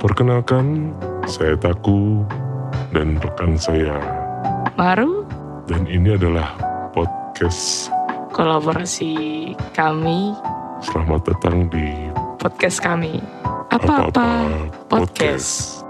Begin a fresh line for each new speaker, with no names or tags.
Perkenalkan, saya Taku dan rekan saya.
Baru
Dan ini adalah podcast
kolaborasi kami,
Selamat Datang di
podcast kami. Apa-apa podcast.